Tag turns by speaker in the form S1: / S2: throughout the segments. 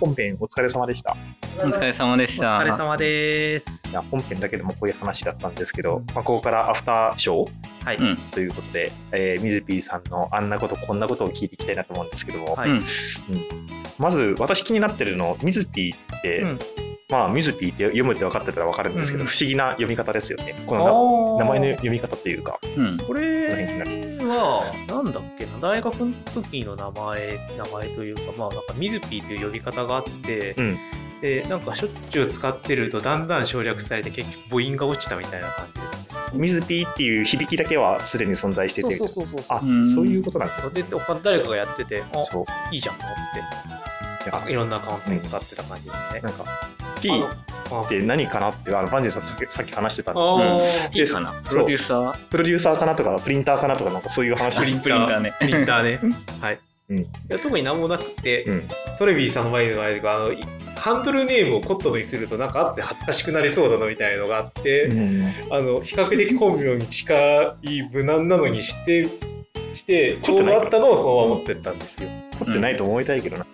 S1: 本編お疲れ様でした。
S2: お疲れ様でし
S3: お疲れ
S2: た。
S3: 様です。
S1: いや本編だけでもこういう話だったんですけど、まあ、ここからアフターショー
S3: はい。
S2: うん
S1: ということで、えー、みずぴーさんのあんなことこんなことを聞いていきたいなと思うんですけども、
S3: はい
S2: うん
S1: まず私気になってるのみずぴーって、
S3: うん
S1: まあみずぴーって読むって分かってたら分かるんですけど、
S3: うん
S1: 不思議な読み方ですよねこの
S3: おー
S1: 名前の読み方というか
S2: うん。
S3: こ
S1: この辺気にな
S3: れは、なんだっけな、大学の時の名前、名前というか、まあ、なんか、ミズピーという呼び方があって、
S1: うん
S3: で、なんか、しょっちゅう使ってると、だんだん省略されて、結局、母音が落ちたみたいな感じ
S1: みずぴーっていう響きだけはすでに存在して
S3: で
S1: て
S3: す。そうそうそうそう。
S1: あ
S2: うん
S1: そういうことなんだ
S3: で、他誰かがやってて、あ、
S1: そう
S3: いいじゃん、と思って
S1: あ
S3: あ、いろんなアカウントに使ってた感じですね。
S1: なんか P
S3: あの
S1: っ
S3: あ
S1: て何かなってあのバンジーさんさっきさっき話してたんですけど
S3: あ
S2: ーいいかな。
S1: そう
S2: プロデューサー、
S1: プロデューサーかなとかプリンターかなとかなんかそういう話
S2: プ
S1: を
S2: リ
S1: し
S2: ンプリンターね。
S3: プリンターね。はい。
S1: うん
S3: いや特に何もなくて、
S1: うん
S3: トレビーさんの前の前であのいハンドルネームをコットンにするとなんかあって恥ずかしくなりそうだなみたいなのがあって、
S1: うん
S3: あの比較的本名に近い無難なのにしてしてちょうどあったのをそのまま持ってったんですよ。
S1: 凝ってないと思いたいけどな、
S2: こ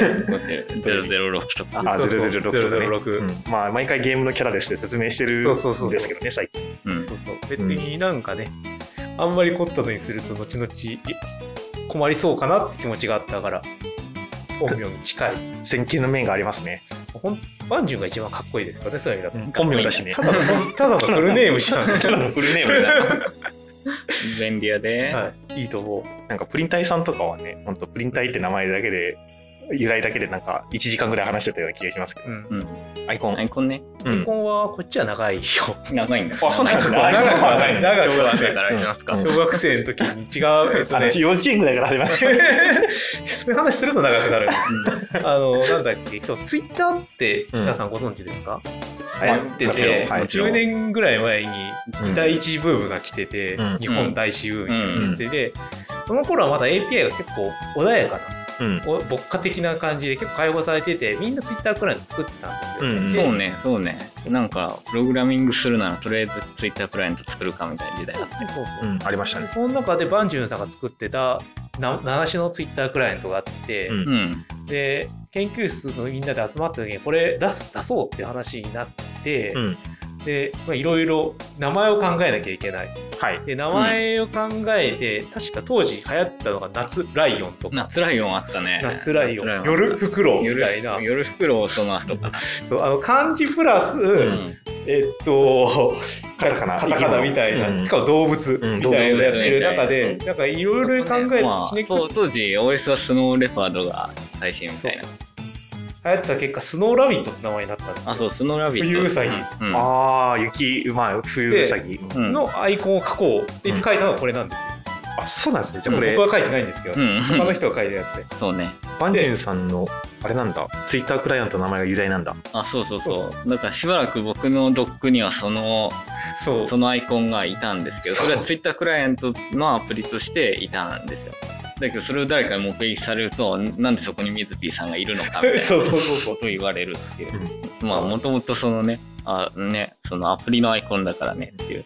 S2: うやって006とか。
S1: あ
S3: そうそう
S1: 006とかね
S3: 006
S1: うんまあ毎回ゲームのキャラですって説明してる
S3: そうそうそうん
S1: ですけどね最近
S2: うん。
S3: そうそう別になんかね、あんまりコットンにすると後々い困りそうかなって気持ちがあったから本名に近い。
S1: 線形の面がありますね
S3: ほんバンジュンが一番かっこいいですからねそういう意味だと。
S1: 本名だしね
S3: ただの、ただのフルネームしたんで。
S1: ただのフルネームだな
S2: 便利やで。
S3: はい、いいと思う。
S1: なんかプリン体さんとかはね本当プリン体って名前だけで由来だけでなんか1時間ぐらい話してたような気がしますけど
S3: うん。
S2: うん。
S1: アイコン、
S2: アイコンね。
S1: う
S3: 結
S1: ん
S3: 婚はこっちは長いよ。
S2: 長いんだ。
S1: あそうなんですね
S2: アイコンは
S1: 長い
S2: 長い。
S3: 長い
S2: 小学生からやりますか。
S1: うん
S3: 小学生の時に違う、えっと
S1: あ
S3: ね
S1: れ、幼稚園ぐらいから始まる
S3: そういう話すると長くなる。
S2: うん
S3: あの、なんだっけ、そうツイッターって
S1: うん
S3: 皆さんご存知ですか、
S1: 流
S2: はい
S1: 行って
S3: で
S2: もちろん
S1: て、
S2: もちろん
S3: 10年ぐらい前に
S1: うん
S3: 第一次ブームが来てて、
S1: うん
S3: 日本第一次ブームが来てて、その頃はまだ API が結構穏やかな
S1: うん
S3: お牧歌的な感じで結構解放されててみんなツイッターくらいの作ってた
S1: う
S3: ん
S1: ん
S3: ですよ、
S2: そうね、そうね。なんか、プログラミングするなら、とりあえずツイッタークライアント作るかみたいな時代だった
S3: でそうそう、
S1: うんありましたね
S3: その中でバンジュンさんが作ってたな名無しのツイッタークライアントがあって、
S1: うん
S2: うん。
S3: で研究室のみんなで集まった時にこれ出す出そうって話になって、
S1: うん
S3: でまあいろいろ名前を考えなきゃいけない
S1: はい
S3: で名前を考えて、確か当時流行ったのが夏ライオンとか
S2: 夏ライオンあったね。
S3: 夏ライオン
S2: あった
S3: 夜フクロウみ
S2: 夜
S3: たいな
S2: 夜袋をその後かな。
S3: そうあの漢字プラス、
S2: うんん。
S3: えっと
S1: カタカナ
S3: カタカナみたいな、
S1: うん
S3: しかも動物みたいなやってる中で、
S2: うん動物ですね
S3: なんかいろいろ考えてひ
S2: まあ
S3: ねく
S2: そう当時 OS はスノーレパードが最新みたいな。
S3: 流行った結果スノーラビットって名前になったんですよ
S2: あ、そう、スノーラビット。
S3: 冬ウサギ
S2: うんうん
S1: ああ雪うまい冬うさぎうん
S2: うん
S3: のアイコンを書こうって言って書いたのがこれなんですよ、
S1: あそうなんですねじゃあこ
S2: うん
S1: れ
S3: 僕は書いてないんですけど、
S2: う
S3: 他の
S2: ん。
S3: 人が書いてやつで
S2: そうね。
S1: バンジュンさんのあれなんだツイッタークライアントの名前が由来なんだ
S2: あ、そうそうそう。だからしばらく僕のドックにはその、
S3: そう
S2: そのアイコンがいたんですけど、
S3: そう
S2: それは Twitter クライアントのアプリとしていたんですよ。だけどそれを誰かに目撃されると、なんでそこにミズピーさんがいるのかみたいな。
S3: そうそうそう
S2: こ
S3: そう
S2: と言われるっていう。まあ、もともとそのね、あ、ね、そのアプリのアイコンだからねっていう。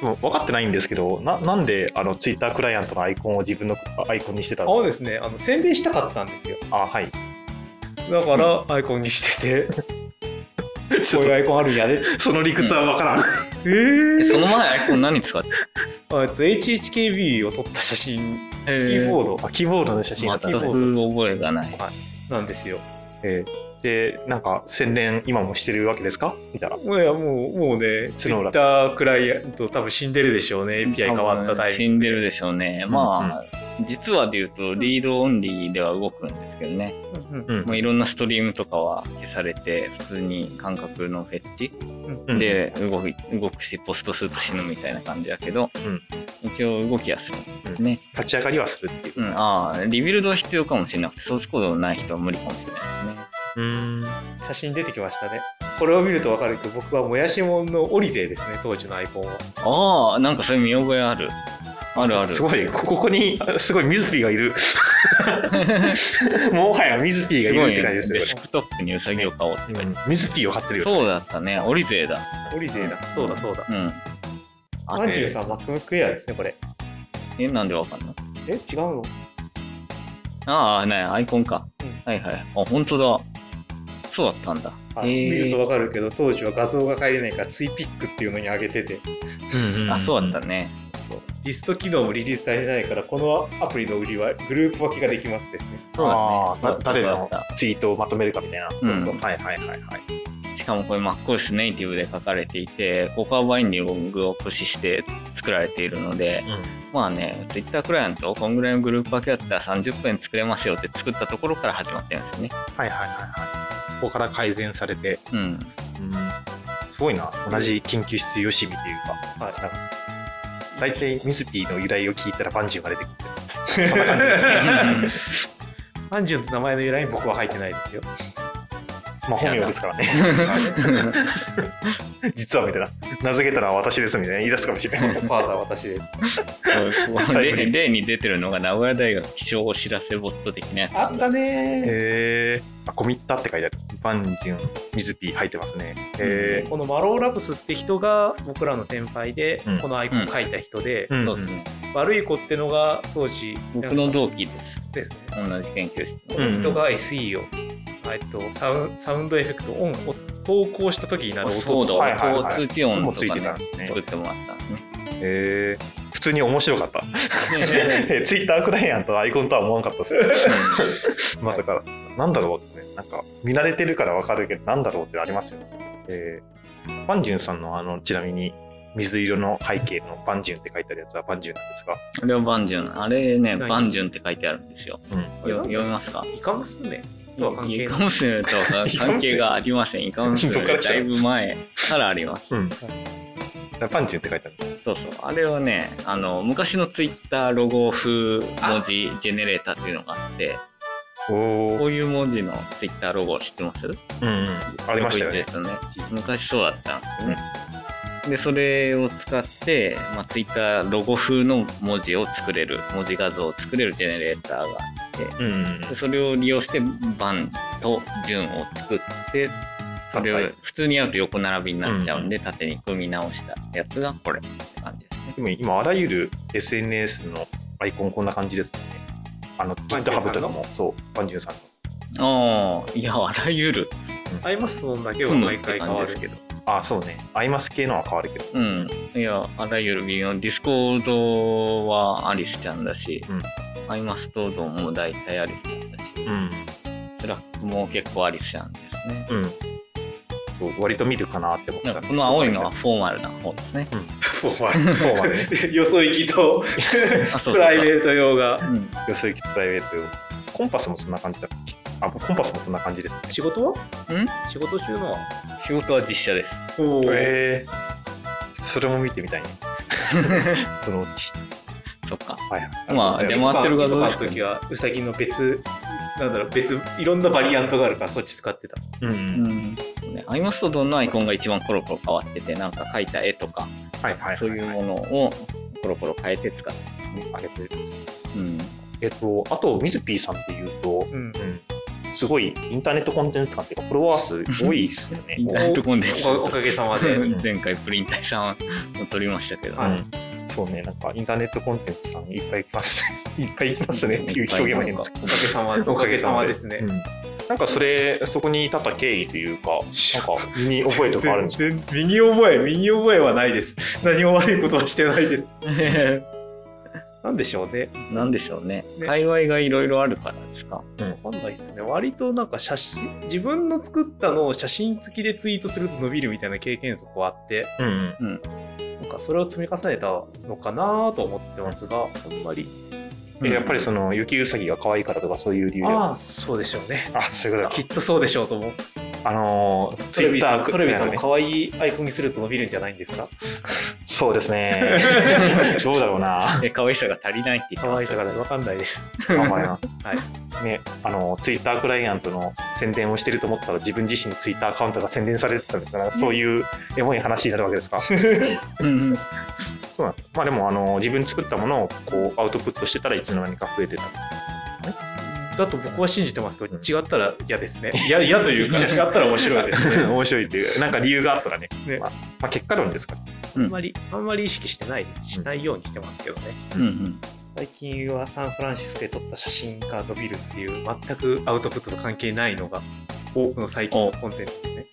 S1: でも分かってないんですけどななんであのツイッタークライアントのアイコンを自分のアイコンにしてたん
S3: あ
S1: で
S3: の
S1: す
S3: ですねあの宣伝したかったんですよ
S1: かあはい
S3: だからアイコンにしてて こ
S1: ち
S3: う
S1: ょっ
S3: いうアイコンあるんやでって
S1: とその理屈は分からん、
S3: え
S2: えそ
S3: ー
S2: の前アイコン何使って
S3: あえっと HHKB を撮った写真
S2: た
S3: キーボー
S2: ー
S3: ド
S1: あキーボードの写真だったん
S2: 全
S1: で
S2: く
S1: すね
S2: 覚えがない。
S3: なんですよ
S1: えーでなんか宣伝今もしてるわけですかみたいな、
S3: いやもう、もうね、
S1: ス
S3: ツイ
S1: ノーラ
S3: ッ
S1: ブ
S3: ターくらい、と多分死んでるでしょうね、API 変わったタイミ
S2: 死
S3: ング。
S2: んでるでしょうね。まあ、実はで言うと、リードオンリーでは動くんですけどね。
S3: うん
S1: うん
S2: まあ、いろんなストリームとかは消されて、普通に感覚のフェッチ
S1: うん
S2: で動く動くし、ポストすると死ぬみたいな感じだけど、一応動きやすいですね。
S1: 立ち上がりはするっていう
S2: うん、ああ、リビルドは必要かもしれなくて、ソースコードない人は無理かもしれないで
S1: うん
S3: 写真出てきましたね。これを見ると分かるけど、僕はもやしもんのオリデーですね、当時のアイコンは。
S2: すね。ああ、なんかそういう見覚えある。あるある。
S1: すごいこここにあすごいミズピーがいる もはやミズピーがいるって感じです
S2: ね。
S1: よ
S2: デ
S1: こ
S2: スクトップにウサギを買おうって
S1: れ、
S2: 書いうて
S1: ん、ミズピーを買ってる
S2: ある。
S1: よ
S2: そうだったね。オリゼーだ。
S3: オリデーだ。そうだそうだ。
S2: うん。
S3: マンジュさん、MacBook Air ですね、これ。
S2: え、なんでわかんの
S3: え、違うの
S2: ああ、ね、アイコンか。
S3: うん
S2: はいはい。あ、本当だ。そうだったんだ。
S3: あ
S2: へ
S3: 見
S2: ー
S3: るとわかるけど、当時は画像が入れないから、ツイピックっていうのに上げてて、
S2: あ、そうだったたね。
S3: リスト機能もリリースされてないから、このアプリの売りはグループ分けができますです ね。
S2: そう
S1: ああ、
S2: だ
S1: だ
S2: ね。
S1: 誰
S2: そ
S1: の
S2: うだっ
S1: ツイートをまとめるかみたいな。
S2: うん
S1: そうそうはいはいはいはい。
S2: たしかもこれ MacOS ネイティブで書かれていて、コーパーバインディングを駆使して作られているので、まあね、Twitter クライアントをこんぐらいのグループ分けだったら30分作れますよって作ったところから始まってるんですよね。
S1: はいはいはいはい。そこから改善されて、
S2: うん。
S1: すごいな。同じ研究室よしみというか、
S3: はい
S1: なんか大体ミスピーの由来を聞いたらバンジーが出てくる。そんな感じですね
S3: アンジュンの名前の由来に僕は入ってないですよ。
S1: まあ本名ですからね。 実はみたいな。名付けたら私ですみたいな言い出すかもしれ ない。
S3: お母さんは私です。
S1: タイムリープ
S2: 例例に出てるのが名古屋大学気象お知らせボット的なやつ
S3: あ
S2: な
S3: っ
S2: ん
S3: た
S2: だ。
S3: ね
S1: へえ。あ、コミッタって書いてある。バンジュン、ミズピー入ってますね。へ
S3: このマローラブスって人が僕らの先輩で、
S1: うん
S3: このアイコン書いた人で、
S1: え。ん
S2: そうですね。
S3: 悪い子ってのが当時
S2: 僕の同期です。
S3: ですね。
S2: 同じ研究室の。
S3: この人が SE を、えっと、サウンサウンドエフェクトオンを投稿した時になる音
S2: そうだ、
S1: はいはいはい
S2: 音通知音
S1: もう
S2: と
S1: つい
S2: か
S1: て
S2: ね
S1: たんですね
S2: 作ってもらった んですね。
S1: へえ。普通に面白かった。
S2: ね
S1: ツイッタークライアントのアイコンとは思わなかったですよ。まさか、なんだろうってね、なんか、見慣れてるからわかるけど、なんだろうってありますよね。えー、バンジュンさんの、あの、ちなみに、水色の背景のバンジュンって書いてあるやつはバンジュンなんですが、
S2: あれはバンジュン。あれね、
S3: 何
S2: バンジュンって書いてあるんですよ。
S1: うん
S2: よ読みますか
S3: イカ娘
S2: イ
S3: とは関係ない
S2: カ。 娘とは関係がありません。イカ娘
S1: どっから来た
S2: だいぶ前からあります。
S1: バンジュンって書いてある。
S2: そうそう。あれはね、あの、昔のツイッターロゴ風文字ジェネレーターっていうのがあって、
S1: お
S2: こ
S1: ー、
S2: ういう文字のツイッターロゴ知ってます
S1: うんうん、ありましたよね。
S2: よね。昔そうだったんですよね。で、それを使って、まあ、ツイッターロゴ風の文字を作れる、文字画像を作れるジェネレーターが。
S1: うんうんうん。
S2: でそれを利用して、バンと順を作って、それ
S1: は
S2: を
S1: い
S2: 普通にやると横並びになっちゃうんで、縦に組み直したやつがこれって感じですね。
S1: でも今、あらゆる SNS のアイコンこんな感じですね。あの、
S3: バンジュンさん
S1: GitHub
S3: の
S1: とかも、そう、バンジュンさんの。
S2: ああ、いや、あらゆる。
S3: アイマストンだけは毎回変わ
S2: ふむ
S3: る
S2: って
S3: けど。
S1: あ、そうね。アイマス系のは変わるけど。
S2: うん。いや、あらゆる微妙。ディスコードはアリスちゃんだし、
S1: うん
S2: アイマストードも大体アリスちゃんだし、
S1: うん。
S2: スラックも結構アリスちゃんですね。
S1: うん。そう割と見るかなって思っ
S2: なん
S1: た。
S2: かこの青いのはフォーマルな方ですね。
S1: フォーマル。フォーマルね。
S3: よそ行きと
S2: あ、そうそうそう。
S3: プライベート用が。
S2: うん、
S1: よそ行きとプライベート用コンパスもそんな感じだっけあ、コンパスもそんな感じですね。
S3: 仕事は
S2: ん
S3: 仕事中のは
S2: 仕事は実写です。
S3: おー
S1: へえそれも見てみたい ね。そのうち。
S2: そっか。
S1: はいはい。
S2: まあ
S1: そうだよね
S2: でも回ってる画像
S3: で
S2: ですす
S3: か
S2: け
S3: 時
S2: ど
S3: はウサギの別なんだろう別いろんなバリアントがあるからそっち使ってた
S1: うんう。
S2: うんん。ね、アイマストードのアイコンが一番コロコロ変わってて、なんか描いた絵とか、
S1: はいはいはい。
S2: そういうものをコロコロ変えて使ってますね。
S1: ありがとうございます。
S2: うん。
S1: えっと、あと、みずぴーさんっていうと、
S3: うん
S1: うん。すごいインターネットコンテンツ感っていうか、フォロワー数多いですよね。
S2: インターネットコンテンツ
S3: おおおかげさまで、
S1: ん
S2: 前回プリンターさんを撮りましたけど、
S3: はい
S1: うん、そうね、なんかインターネットコンテンツさんいっぱい来ますね。い っぱい来ますねっていう表現も変ですけど
S3: おかげさまおかげさまですね、
S1: うんなんかそれ、そこに至った経緯というか、なんか身に覚えとかあるんですか
S3: 全然身に覚え身に覚えはないです 何も悪いことはしてないですなんでしょうね
S2: なんでしょうね
S3: ね
S2: 界隈がいろいろあるからですか
S3: わかんないですね割となんか写真自分の作ったのを写真付きでツイートすると伸びるみたいな経験則はあって
S1: うんうん。
S3: なんかそれを積み重ねたのかなと思ってますがあんまり
S1: えやっぱりその、雪うさぎが可愛いからとかそういう理由で
S3: ああそうでしょうね
S1: あ、そういうこと
S3: き
S1: か
S3: っとそうでしょうと思う
S1: あのー、ツイッター、
S3: トレビさん
S1: なん
S3: も
S1: かね
S3: 可愛いアイコンにすると伸びるんじゃないんですか
S1: そうですね。 どうだろうな。
S2: え可愛さが足りないって言っ
S3: 可
S2: てま
S3: 愛
S2: す
S3: さがわかんないです。
S1: 頑張ります。。
S3: はい
S1: ね、あの、ツイッタークライアントの宣伝をしてると思ったら、自分自身のツイッターアカウントが宣伝されてたんですから、そういうエモい話になるわけ ですか。
S2: うんうん
S1: そうなんですまあでも、あの、自分作ったものをこう、アウトプットしてたらいつの間にか増えてた。
S3: だと僕は信じてますけど、
S1: うん
S3: 違ったら嫌ですね。いや、嫌 というか、違ったら面白いですね。
S1: 面白いっていう、なんか理由があったらね、
S3: ね
S1: まあまあ結果論ですから。
S2: う
S3: あん
S2: ん
S3: まり、あんまり意識してない、しないようにしてますけどね。
S2: うん
S3: 最近はサンフランシスコで撮った写真が伸びるっていう、全くアウトプットと関係ないのが、多くの最近のコンテンツですね。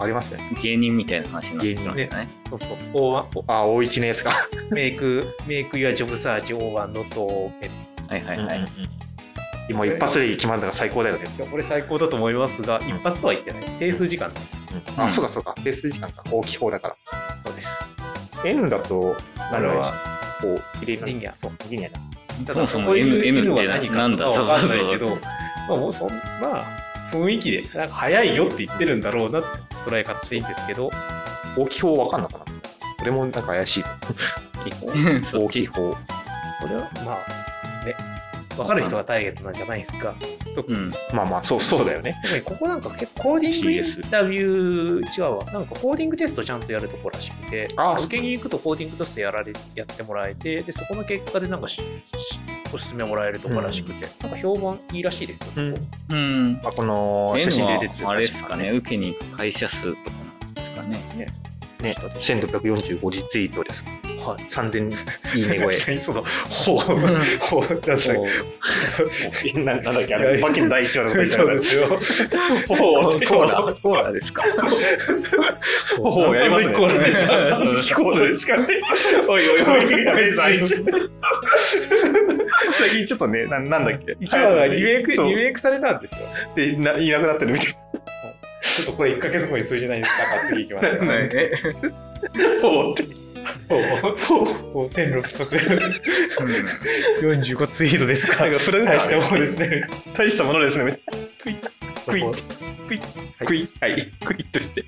S1: ありましたね。
S2: 芸人みたいな話になってきましたね。
S3: そうそう。O1
S1: おあ、大一のやつか。
S3: メイク、 メイクやジョブサーチ O1 のと、え
S2: はいはいはい。
S1: 今一発で決まるのが最高だよね。
S3: いやこれ最高だと思いますが、一発とは言ってない。定数時間です。
S1: あ、そうかそうか。定数時間が大きい方だから。
S3: そうです。
S1: N だと、あれは、こう、
S3: リニア、そう。
S1: できないな。
S3: た
S2: そも
S3: だ
S2: そ
S3: そ
S2: も
S3: こに
S2: N- N って
S3: は何か
S2: なんだ
S3: わかんないけ
S2: そう
S3: ど、まあもうそんな雰囲気で、なんか早いよって言ってるんだろうなって捉え方していいんですけど、
S1: 大きい方わかんのかな俺もなんか怪しい。
S2: そ
S1: 大
S2: っ
S1: きい
S2: ち。
S1: 方。
S3: これはまあ、ね、わかる人がターゲットなんじゃないですか。
S2: うん。
S1: まあまあ、そう、そうだよね。
S3: 特にここなんか結構コーディングイ
S1: CS
S3: ンタビュー、チワワ、なんかコーディングテストちゃんとやるとこらしくて、
S1: あー
S3: 受けに行くとコーディングテストやられやってもらえて、でそこの結果でなんかししおすすめもらえるとこらしくて、なんか評判いいらしいですよ。
S2: うん。
S1: あ、この、写
S2: N
S1: 真
S2: は
S1: で出てる
S2: あれですかね、受けに行く会社数とかなんですかね。
S1: ね、1645リツイートです。
S3: は
S1: 3000いいね超え。
S3: い。その、ほう、 ほう、なんだっけ
S2: こう
S1: ななんだっけ、あれ、バキの第一話のこと言った
S3: そう
S1: か
S3: で
S1: ら。
S3: すよ。
S1: ほう、
S2: コ
S1: コ
S2: ー
S1: ー
S2: ラ
S1: ラ、
S2: コーラですか。
S1: ほう、やりますね。
S3: コーラで
S1: 三期コーラですかね。おいおいおい、やべえぞ、あいつ。最近ちょっとね、ななんだっけ。
S3: 一話がリメイク、
S1: そう
S3: リメイクされたんですよ。
S1: でな、いなくなってるみたい
S3: ちょっとこれ1ヶ月後に通じないんですから、次行きましょう。
S1: な。ほうって。
S3: ほう、ほう、1600足。45ツイートですか。
S1: なんかフラグ
S3: 大したものですね。
S1: 大したものですね。クイッ、クイッ、クイ
S3: は
S1: ッ、クイッ、はい、
S3: い
S1: クイッとして。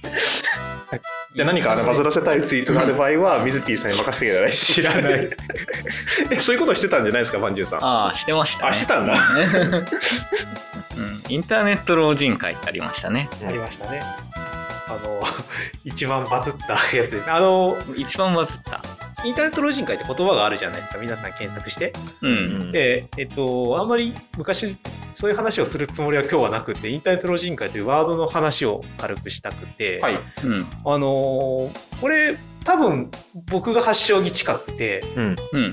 S1: じゃあ何かあのバズらせたいツイートがある場合は、ミズティさんに任せてください。知らない。 えそういうことしてたんじゃないですか、バンジューさん。
S2: ああ、してました、ね。
S1: あしてたんだ。
S2: うんインターネット老人会ってありましたね。
S3: ありましたね。あの、 一番バズったやつです。あの、
S2: 一番バズった。
S3: インターネット老人会って言葉があるじゃないですか。皆さん検索して。
S2: うん。
S3: で、えっと、あんまり昔、そういう話をするつもりは今日はなくて、インターネット老人会というワードの話を軽くしたくて、
S1: はい。
S2: うん。
S3: あのーこれ、多分僕が発祥に近くて、
S1: うん。
S2: うん。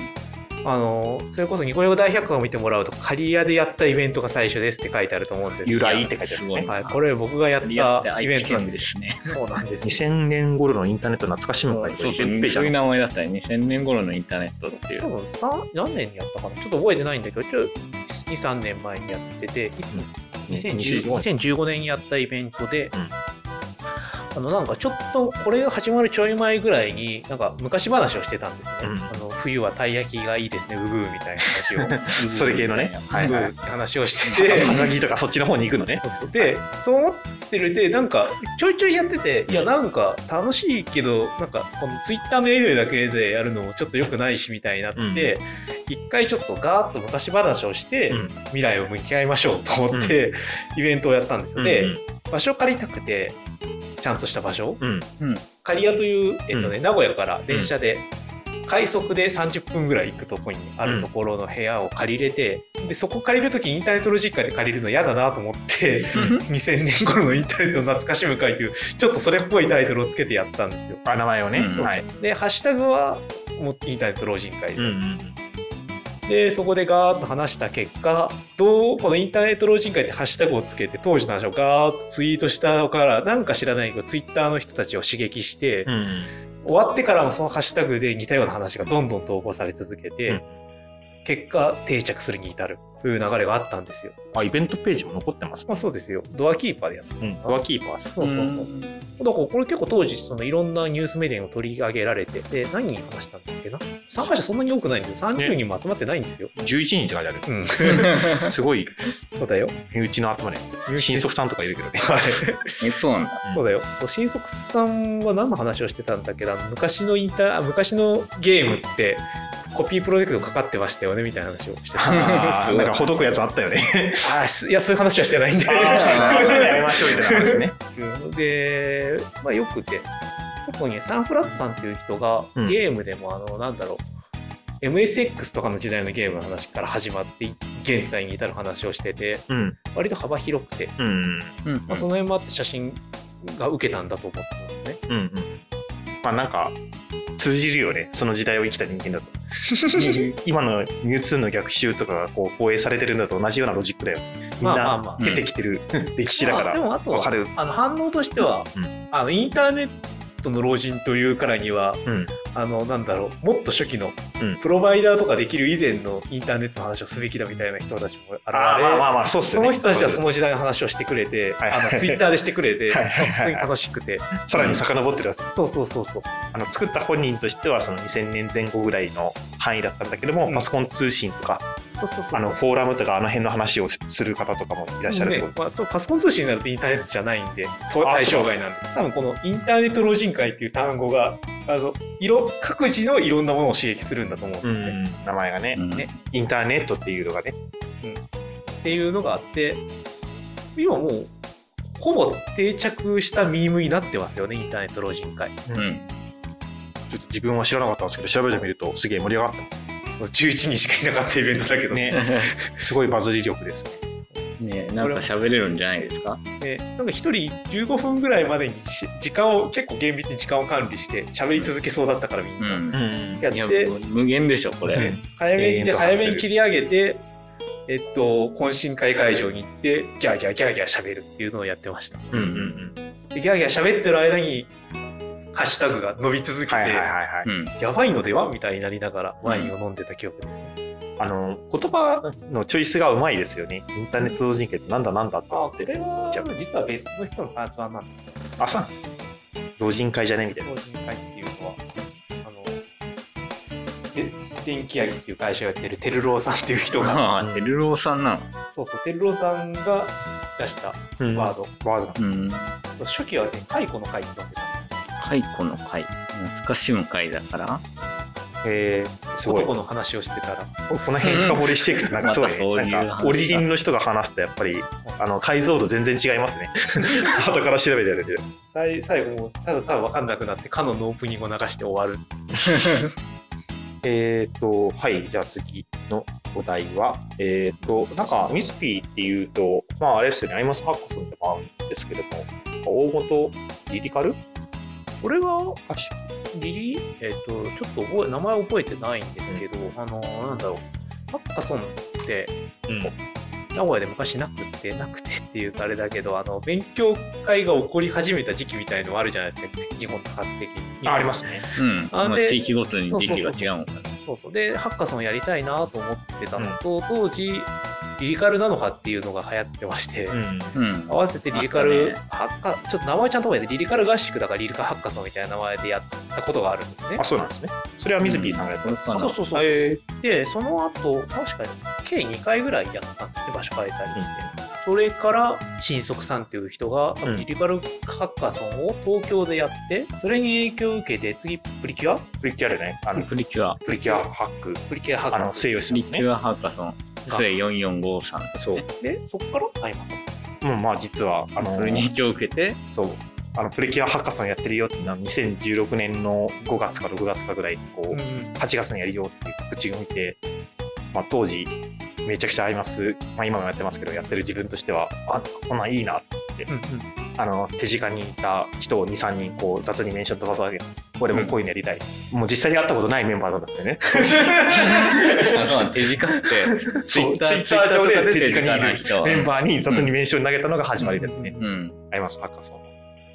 S3: あのーそれこそニコニコ大百科を見てもらうと、刈谷でやったイベントが最初ですって書いてあると思うんです
S1: 由来って書いてあ
S2: す
S1: る
S2: ご
S1: ね
S2: い。。
S3: はい、これ僕がやったイ
S2: やって
S3: ベ
S2: 愛
S3: ン
S2: 知
S3: トなん
S2: 県
S3: で。
S2: ですすね。
S3: そうなんです。
S1: 2000年頃のインターネット懐かしむ会
S2: そ
S1: と
S2: うそ
S1: 一
S2: う、
S1: 緒ページ
S2: そういう
S1: あ
S2: 名前だったね。2000年頃のインターネットっていう
S3: 多。分さ何年にやったかなちょっと覚えてないんだけど、ちょ23年前にやってて、いつ
S1: る
S3: 2015 2015年にやったイベントで、
S1: うん
S3: あのなんかちょっとこれが始まるちょい前ぐらいになんか昔話をしてたんですね、
S1: うん
S3: あの冬はたい焼きがいいですねうぐうみたい な話を、
S1: それ系のね。は
S3: う
S1: い
S3: ぐ
S1: は
S3: うっ
S1: い。
S3: て話をして
S1: で、
S3: て
S1: 高木とかそっちの方に行くのね。
S3: でそう思ってるでなんかちょいちょいやってていやなんか楽しいけどなんかこのツイッターのエリアだけでやるのもちょっと良くないしみたいになって一、回ちょっとガーッと昔話をして、
S1: うん
S3: 未来を向き合いましょうと思って、イベントをやったんですよ、で、場所借りたくてちゃんとした場所
S1: うん。
S3: 刈谷という、えっとね
S1: う
S3: 名古屋から電車で、快速で30分ぐらい行くとこにあるところの部屋を借りれて、でそこ借りる時インターネットロジックで借りるの嫌だなと思って2000年頃のインターネットの懐かしむ会というちょっとそれっぽいタイトルをつけてやったんですよ
S1: あ、名前をね。
S2: うん
S1: はい。
S3: でハッシュタグはもうインターネット老人会で,、
S1: うんうん。
S3: そこでガーッと話した結果どうこのインターネット老人会ってハッシュタグをつけて当時の話をガーッとツイートしたからなんか知らないけどツイッターの人たちを刺激して、
S1: うんうん。
S3: 終わってからもそのハッシュタグで似たような話がどんどん投稿され続けて、
S1: うん
S3: 結果定着するに至るという流れがあったんですよ
S1: あ、イベントページも残ってます。
S3: まあそうですよドアキーパーでやった
S1: うん。ワーキーパーです。
S3: そうそうそうだからこれ結構当時そのいろんなニュースメディアにも取り上げられてで何人話したんだっけな参加者そんなに多くないんですよ30人も集まってないんですよ、
S1: 11人って書いてある。
S3: うん
S1: すごい、
S3: そうだよ
S1: 身内の 集まり。新速さんとかいるけどね。
S3: はい
S2: えそうなんだ。
S3: そうだよそう新速さんは何の話をしてたんだっけな昔のインターあ昔のゲームってコピープロジェクトかかってましたよねみたいな話をしてた
S1: あー
S2: すご
S1: ないんかほどくやつあったよね。
S3: あすいやそういう話はしてないんで
S2: あーそうだ
S1: やめましょうみたいな話ね。
S3: で、まあ、よくて特にサンフラッツさんっていう人が
S1: うん
S3: ゲームでもあの、なんだろう MSX とかの時代のゲームの話から始まって現在に至る話をしてて
S1: うん。
S3: 割と幅広くて、
S1: うん。
S2: うん
S3: まあ、その辺もあって写真が受けたんだと思って ますね。
S1: うんうん。まあなんか、通じるよね。その時代を生きた人間だと。今のミュウツーの逆襲とかがこう放映されてるのと同じようなロジックだよみん
S3: まあまあ
S1: な
S3: まあ
S1: 出てきてる歴史だか
S3: まあで
S1: ら
S3: もあと
S1: わか
S3: は
S1: る
S3: あの反応としては、
S1: うん
S3: あのインターネットの老人というからには
S1: うん
S3: あのなんだろうもっと初期の
S1: うん
S3: プロバイダーとかできる以前のインターネットの話をすべきだみたいな人たちも現れ、
S1: ああまあまあまあそうっす
S3: そ
S1: よね
S3: の人たちはその時代の話をしてくれて、
S1: はい
S3: あのツイッターでしてくれて、
S1: はいはい
S3: 普
S1: は
S3: 通
S1: い
S3: に楽しくて、
S1: さらに遡ってる
S3: そうそうそうそう、
S1: あの作った本人としてはその2000年前後ぐらいの範囲だったんだけども、
S3: うん
S1: パソコン通信とか
S3: そうそうそうそう
S1: あのフォーラムとかあの辺の話をする方とかもいらっしゃるって
S3: ね
S1: こと
S3: まあ、そうパソコン通信になるとインターネットじゃないんでと
S1: あ
S3: 対象外なんで多分このインターネット老人会っていう単語があの色各自のいろんなものを刺激するんだと思うんですね、っ
S1: うん名前がね、
S2: うん
S3: ね
S1: インターネットっていうのがね、
S3: ていうのがあって今もうほぼ定着したミームになってますよねインターネット老人会
S2: うん
S1: ちょっと自分は知らなかったんですけど、調べてみるとすげえ盛り上がった。
S3: そう11人しかいなかったイベントだけど、
S1: ね、すごいバズり力ですね。
S2: ねなんか喋れるんじゃないですか
S3: でなんか1人15分ぐらいまでにし時間を結構厳密に時間を管理して喋り続けそうだったからみん
S2: う
S3: な、
S2: ん。
S1: ん
S3: や
S2: いや、
S3: って
S2: もう無限でしょ、これ。
S1: ね
S3: 早めに
S1: 延々と話
S3: 早
S1: せる
S3: めに切り上げて、えっと、懇親会会場に行って、ギャーギャーギャーギャー喋るっていうのをやってました。
S1: うんうんうん。
S3: でギャーギャー喋ってる間に、ハッシュタグが伸び続けて、
S1: はいはいはいはい。
S2: うん。
S3: やばいのではみたいになりながら
S2: うん
S3: ワインを飲んでた記憶ですね。
S1: あの、言葉のチョイスがうまいですよね。インターネット同人会ってなんだなんだと思って。
S3: は
S1: じゃ
S3: 実は別の人の発案なんで
S1: あ、そう同人会じゃねみたいな。
S3: 老人会っていうのは、あの、で電気屋っていう会社をやってるテルローさんっていう人が、
S2: ああ、テルローさんなの。
S3: そうそう、テルローさんが出した
S1: うん
S3: ワード。
S1: ワード。
S2: うん。
S3: 初期はね、解雇の会って呼んでた。
S2: 蚕の会。懐かしむ会だ から。
S1: えー、すごい。
S3: 男
S1: こ
S3: の話をしてたら、
S1: の辺深掘りしていくと、なんかすごい、
S2: またそういう
S1: なんかオリジンの人が話すと、やっぱり、あの、解像度全然違いますね。 後から調べてやるけど。
S3: 最最後もうただただ分かんなくなって、カノンのオープニングを流して終わる。
S1: えっ、と、はい、じゃあ次のお題は、えっ、と、なんか、ミスピーっていうと、まあ、あれですよね、アイマスハッコスンでもあるんですけども、大元リリカルこれは、あし
S3: リリー、えっ、と、ちょっと覚え名前覚えてないんですけど、あのー、なんだろう、ハッカソンって、
S1: うん
S3: 名古屋で昔なくって、なくてっていうかあれだけど、あの、勉強会が起こり始めた時期みたいのもあるじゃないですか、日本多発的に。
S1: あありますね。
S2: うん。
S3: あ
S2: まあ、
S3: で
S2: 地域ごとに時期が違うもんね。
S3: そうそう。で、ハッカソンやりたいなと思ってたのと、当時、リリカルなのかっていうのが流行ってまして、
S1: ん。
S2: うん
S3: 合。わせてリリカル、
S2: あっ
S3: ハッカちょっと名前ちゃんと覚えてリリカル合宿だからリリカハッカソンみたいな名前でやったことがあるんですね
S1: あ、そうなんですね。それはミスピーさんがやったんです
S2: うん
S1: か
S2: そう
S1: そう
S3: そうでその後確かに計2回ぐらいやったんですね場所変えたりして、それから新速さんっていう人が
S1: うん
S3: リリカルハッカソンを東京でやってそれに影響を受けて次プリキュア
S1: プリキュアでね、あの、
S2: プリキュア。
S1: プリキュアハック、
S3: プリキュアハッ
S1: あ
S3: カ
S1: の、
S3: ソン
S1: 西洋
S2: プ
S1: 史
S2: リ
S1: の
S2: キ
S1: ね。
S2: ュアハーカソン。
S3: が
S2: 末4453。
S1: そう。
S3: でそこからあります
S1: もうまあ、実は、あの、
S2: それに影響を受け て、
S1: そう。あの、プリキュアハッカソンやってるよっていうのは、2016年の5月か6月かぐらいに、こう、8月にやるよっていう口を見て、まあ、当時めちゃくちゃ合います、まあ、今もやってますけどやってる自分としてはあこんなんいいな
S3: うんうん
S1: あの手近にいた人を23人こう雑にメンション飛ばすわけです俺もこういうのやりたい、もう実際に会ったことないメンバーだったんだよ ね
S2: あそう手近って、ツイ
S1: そう
S2: ッター、
S1: Twitter 上で
S2: 手
S1: 手
S2: 近
S1: 近
S2: に
S1: に
S2: い
S1: い
S2: る
S1: る
S2: 人は。
S1: メンバーに雑にメンション投げたのが始まりですね、
S2: うん。
S1: 合いますハッカソン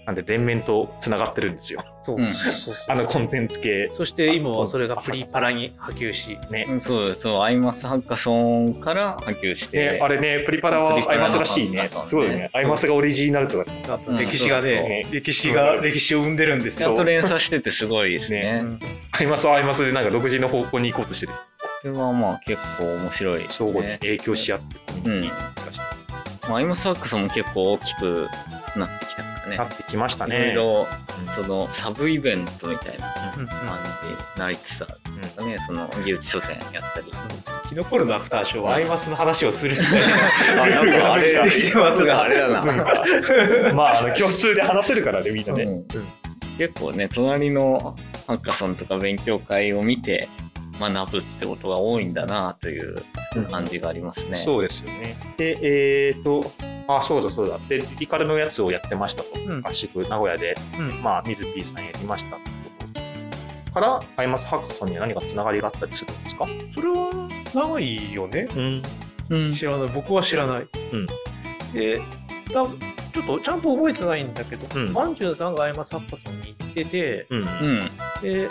S1: なんで連綿とつながってるんですよ
S3: そう
S2: うん
S3: そうそうそう
S1: あのコンテンツ系
S3: そして今はそれがプリパラに波及し
S2: うんそうそう、アイマスハッカソンから波及して。
S1: ね、あれね、プリパラ
S2: プリ
S1: は
S2: パ
S1: アイマ
S2: ラの
S1: スらしい
S2: ハッ
S1: ね
S2: カソン。ね
S1: すごいよね。アイマスがオリジナルとか、
S3: あと
S2: うん
S3: 歴史がね、
S1: そうそう
S3: 歴史が歴史を生んでるんです
S2: ちゃん
S3: よ。
S2: と連鎖しててすごいです
S3: う
S2: ね。
S3: ん
S1: アイマスはアイマスでなんか独自の方向に行こうとしてる
S2: これはまあ結構面白いです
S1: 相互に
S2: ね。
S1: 影響し合ってコミュニティに出して
S2: まあアイマスハッカソンも結構大きくなってきたからね
S1: な。ってきました
S2: いろ
S1: ね
S2: い。ろ
S1: うん
S2: そのサブイベントみたいな
S3: うんうん
S2: 感じになりつつあるんですかね。その技術書店やったり。
S3: キノコルのアフターショーはアイマスの話をするみたいな。
S2: あ、なんかあれだ。
S3: できてますが
S2: ちょっとあれだ
S1: なん
S2: な。
S1: かまあ、あの共通で話せるからね、みんな
S2: う
S1: ね。
S2: ん結構ね、隣のハッカソンとか勉強会を見て学ぶってことが多いんだなという感じがありますね。
S1: そうですよね。で、えっと、あ、そうだそうだ。で、リカルのやつをやってましたと
S3: うん。
S1: 合宿、名古屋で
S3: うん、
S1: まあ、水 P さんやりましたと。からアイマスハッカソンには何かつながりがあったりするんですか
S3: それはないよね
S1: うん。
S2: うん
S3: 知らない僕は知らない、
S1: うん
S3: でだちょっとちゃんと覚えてないんだけど、
S1: うん
S3: まんじゅうさんがアイマスハッカソンに行ってて
S1: うん。
S2: うん
S3: で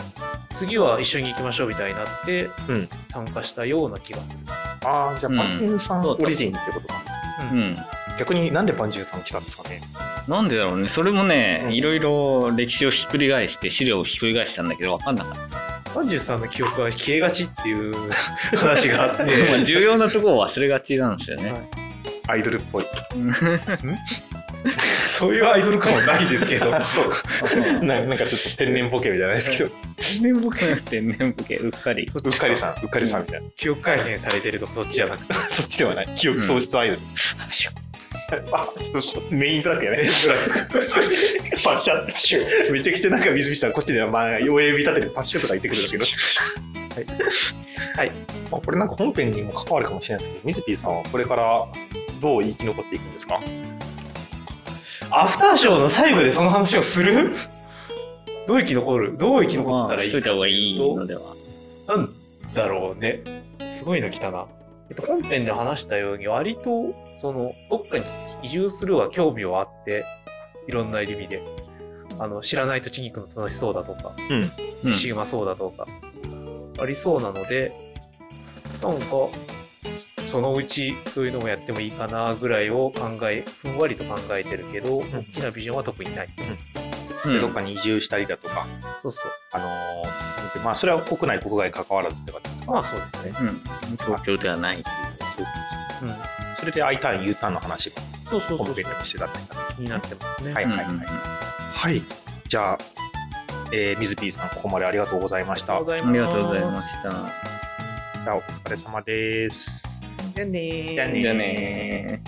S3: 次は一緒に行きましょうみたいになって、
S1: うん
S3: 参加したような気がする、
S1: ああ、じゃあ、
S2: うん
S1: パンジュンさん
S2: そう
S1: オ
S2: だ
S1: リジンってことか。
S2: う
S3: うん
S2: ん
S1: 逆になんでパンジュンさん来たんですかね。
S2: なんでだろうねそれもね
S1: うん
S2: いろいろ歴史をひっくり返して資料をひっくり返したんだけど分かんなかった
S3: まんじゅうさんの記憶は消えがちっていう 話があって、
S2: まあ重要なところを忘れがちなんですよね
S1: アイドルっぽい。
S3: そういうアイドル感はないですけど
S1: そう。ななんかちょっと天然ボケみたいなんですけど、
S3: 天然ボケ
S2: 天然ボケうっかり
S1: うっかりさん、うっかりさんみたいな。
S3: 記憶改変されてるとかそっちじゃなくて
S1: そっちではない。記憶喪失アイドル。あ、そうそう。メインブラックやね。パシャッシュ。めちゃくちゃなんか水口さん、こっちではまあ、親指立ててパシュとか言ってくるんですけど。はい。まあ、これなんか本編にも関わるかもしれないですけど、水口さんはこれからどう生き残っていくんですか
S3: アフターショーの最後でその話をするどう生き残るどう生き残っ
S2: ま
S3: た
S2: あ
S3: らい
S2: し
S3: い
S2: といた方がいいのでは
S3: なんだろうねすごいの来たな、えっと、本編で話したように割とそのどっかに移住するは興味はあっていろんな意味であの知らないと地に行くの楽しそうだとか
S1: うん。
S2: うん
S3: シーマそうだとか、ありそうなので、なんか、そのうちそういうのもやってもいいかなぐらいを考え、ふんわりと考えてるけど、大きなビジョンは特にない。
S2: うん
S1: どっかに移住したりだとか、
S3: そうそう。
S1: あのーまあ、それは国内、国外関わらずって感じですか、
S3: まあそうですね。
S2: うん東京ではない
S3: うん。
S1: それで I ターン、U ターンの話も
S3: そうそうそ
S1: 本
S3: う。
S1: 編でもしてたって感
S3: 気になってますね。
S1: じ。はい
S2: うん
S1: はいはい。はい。じゃあ、えー、水 P さん、ここまでありがとうございました。じ
S3: あ
S2: ありがとうございま。した
S1: ゃあ、お疲れ様です。
S3: じゃあねー
S1: じゃあねー
S2: じゃあねー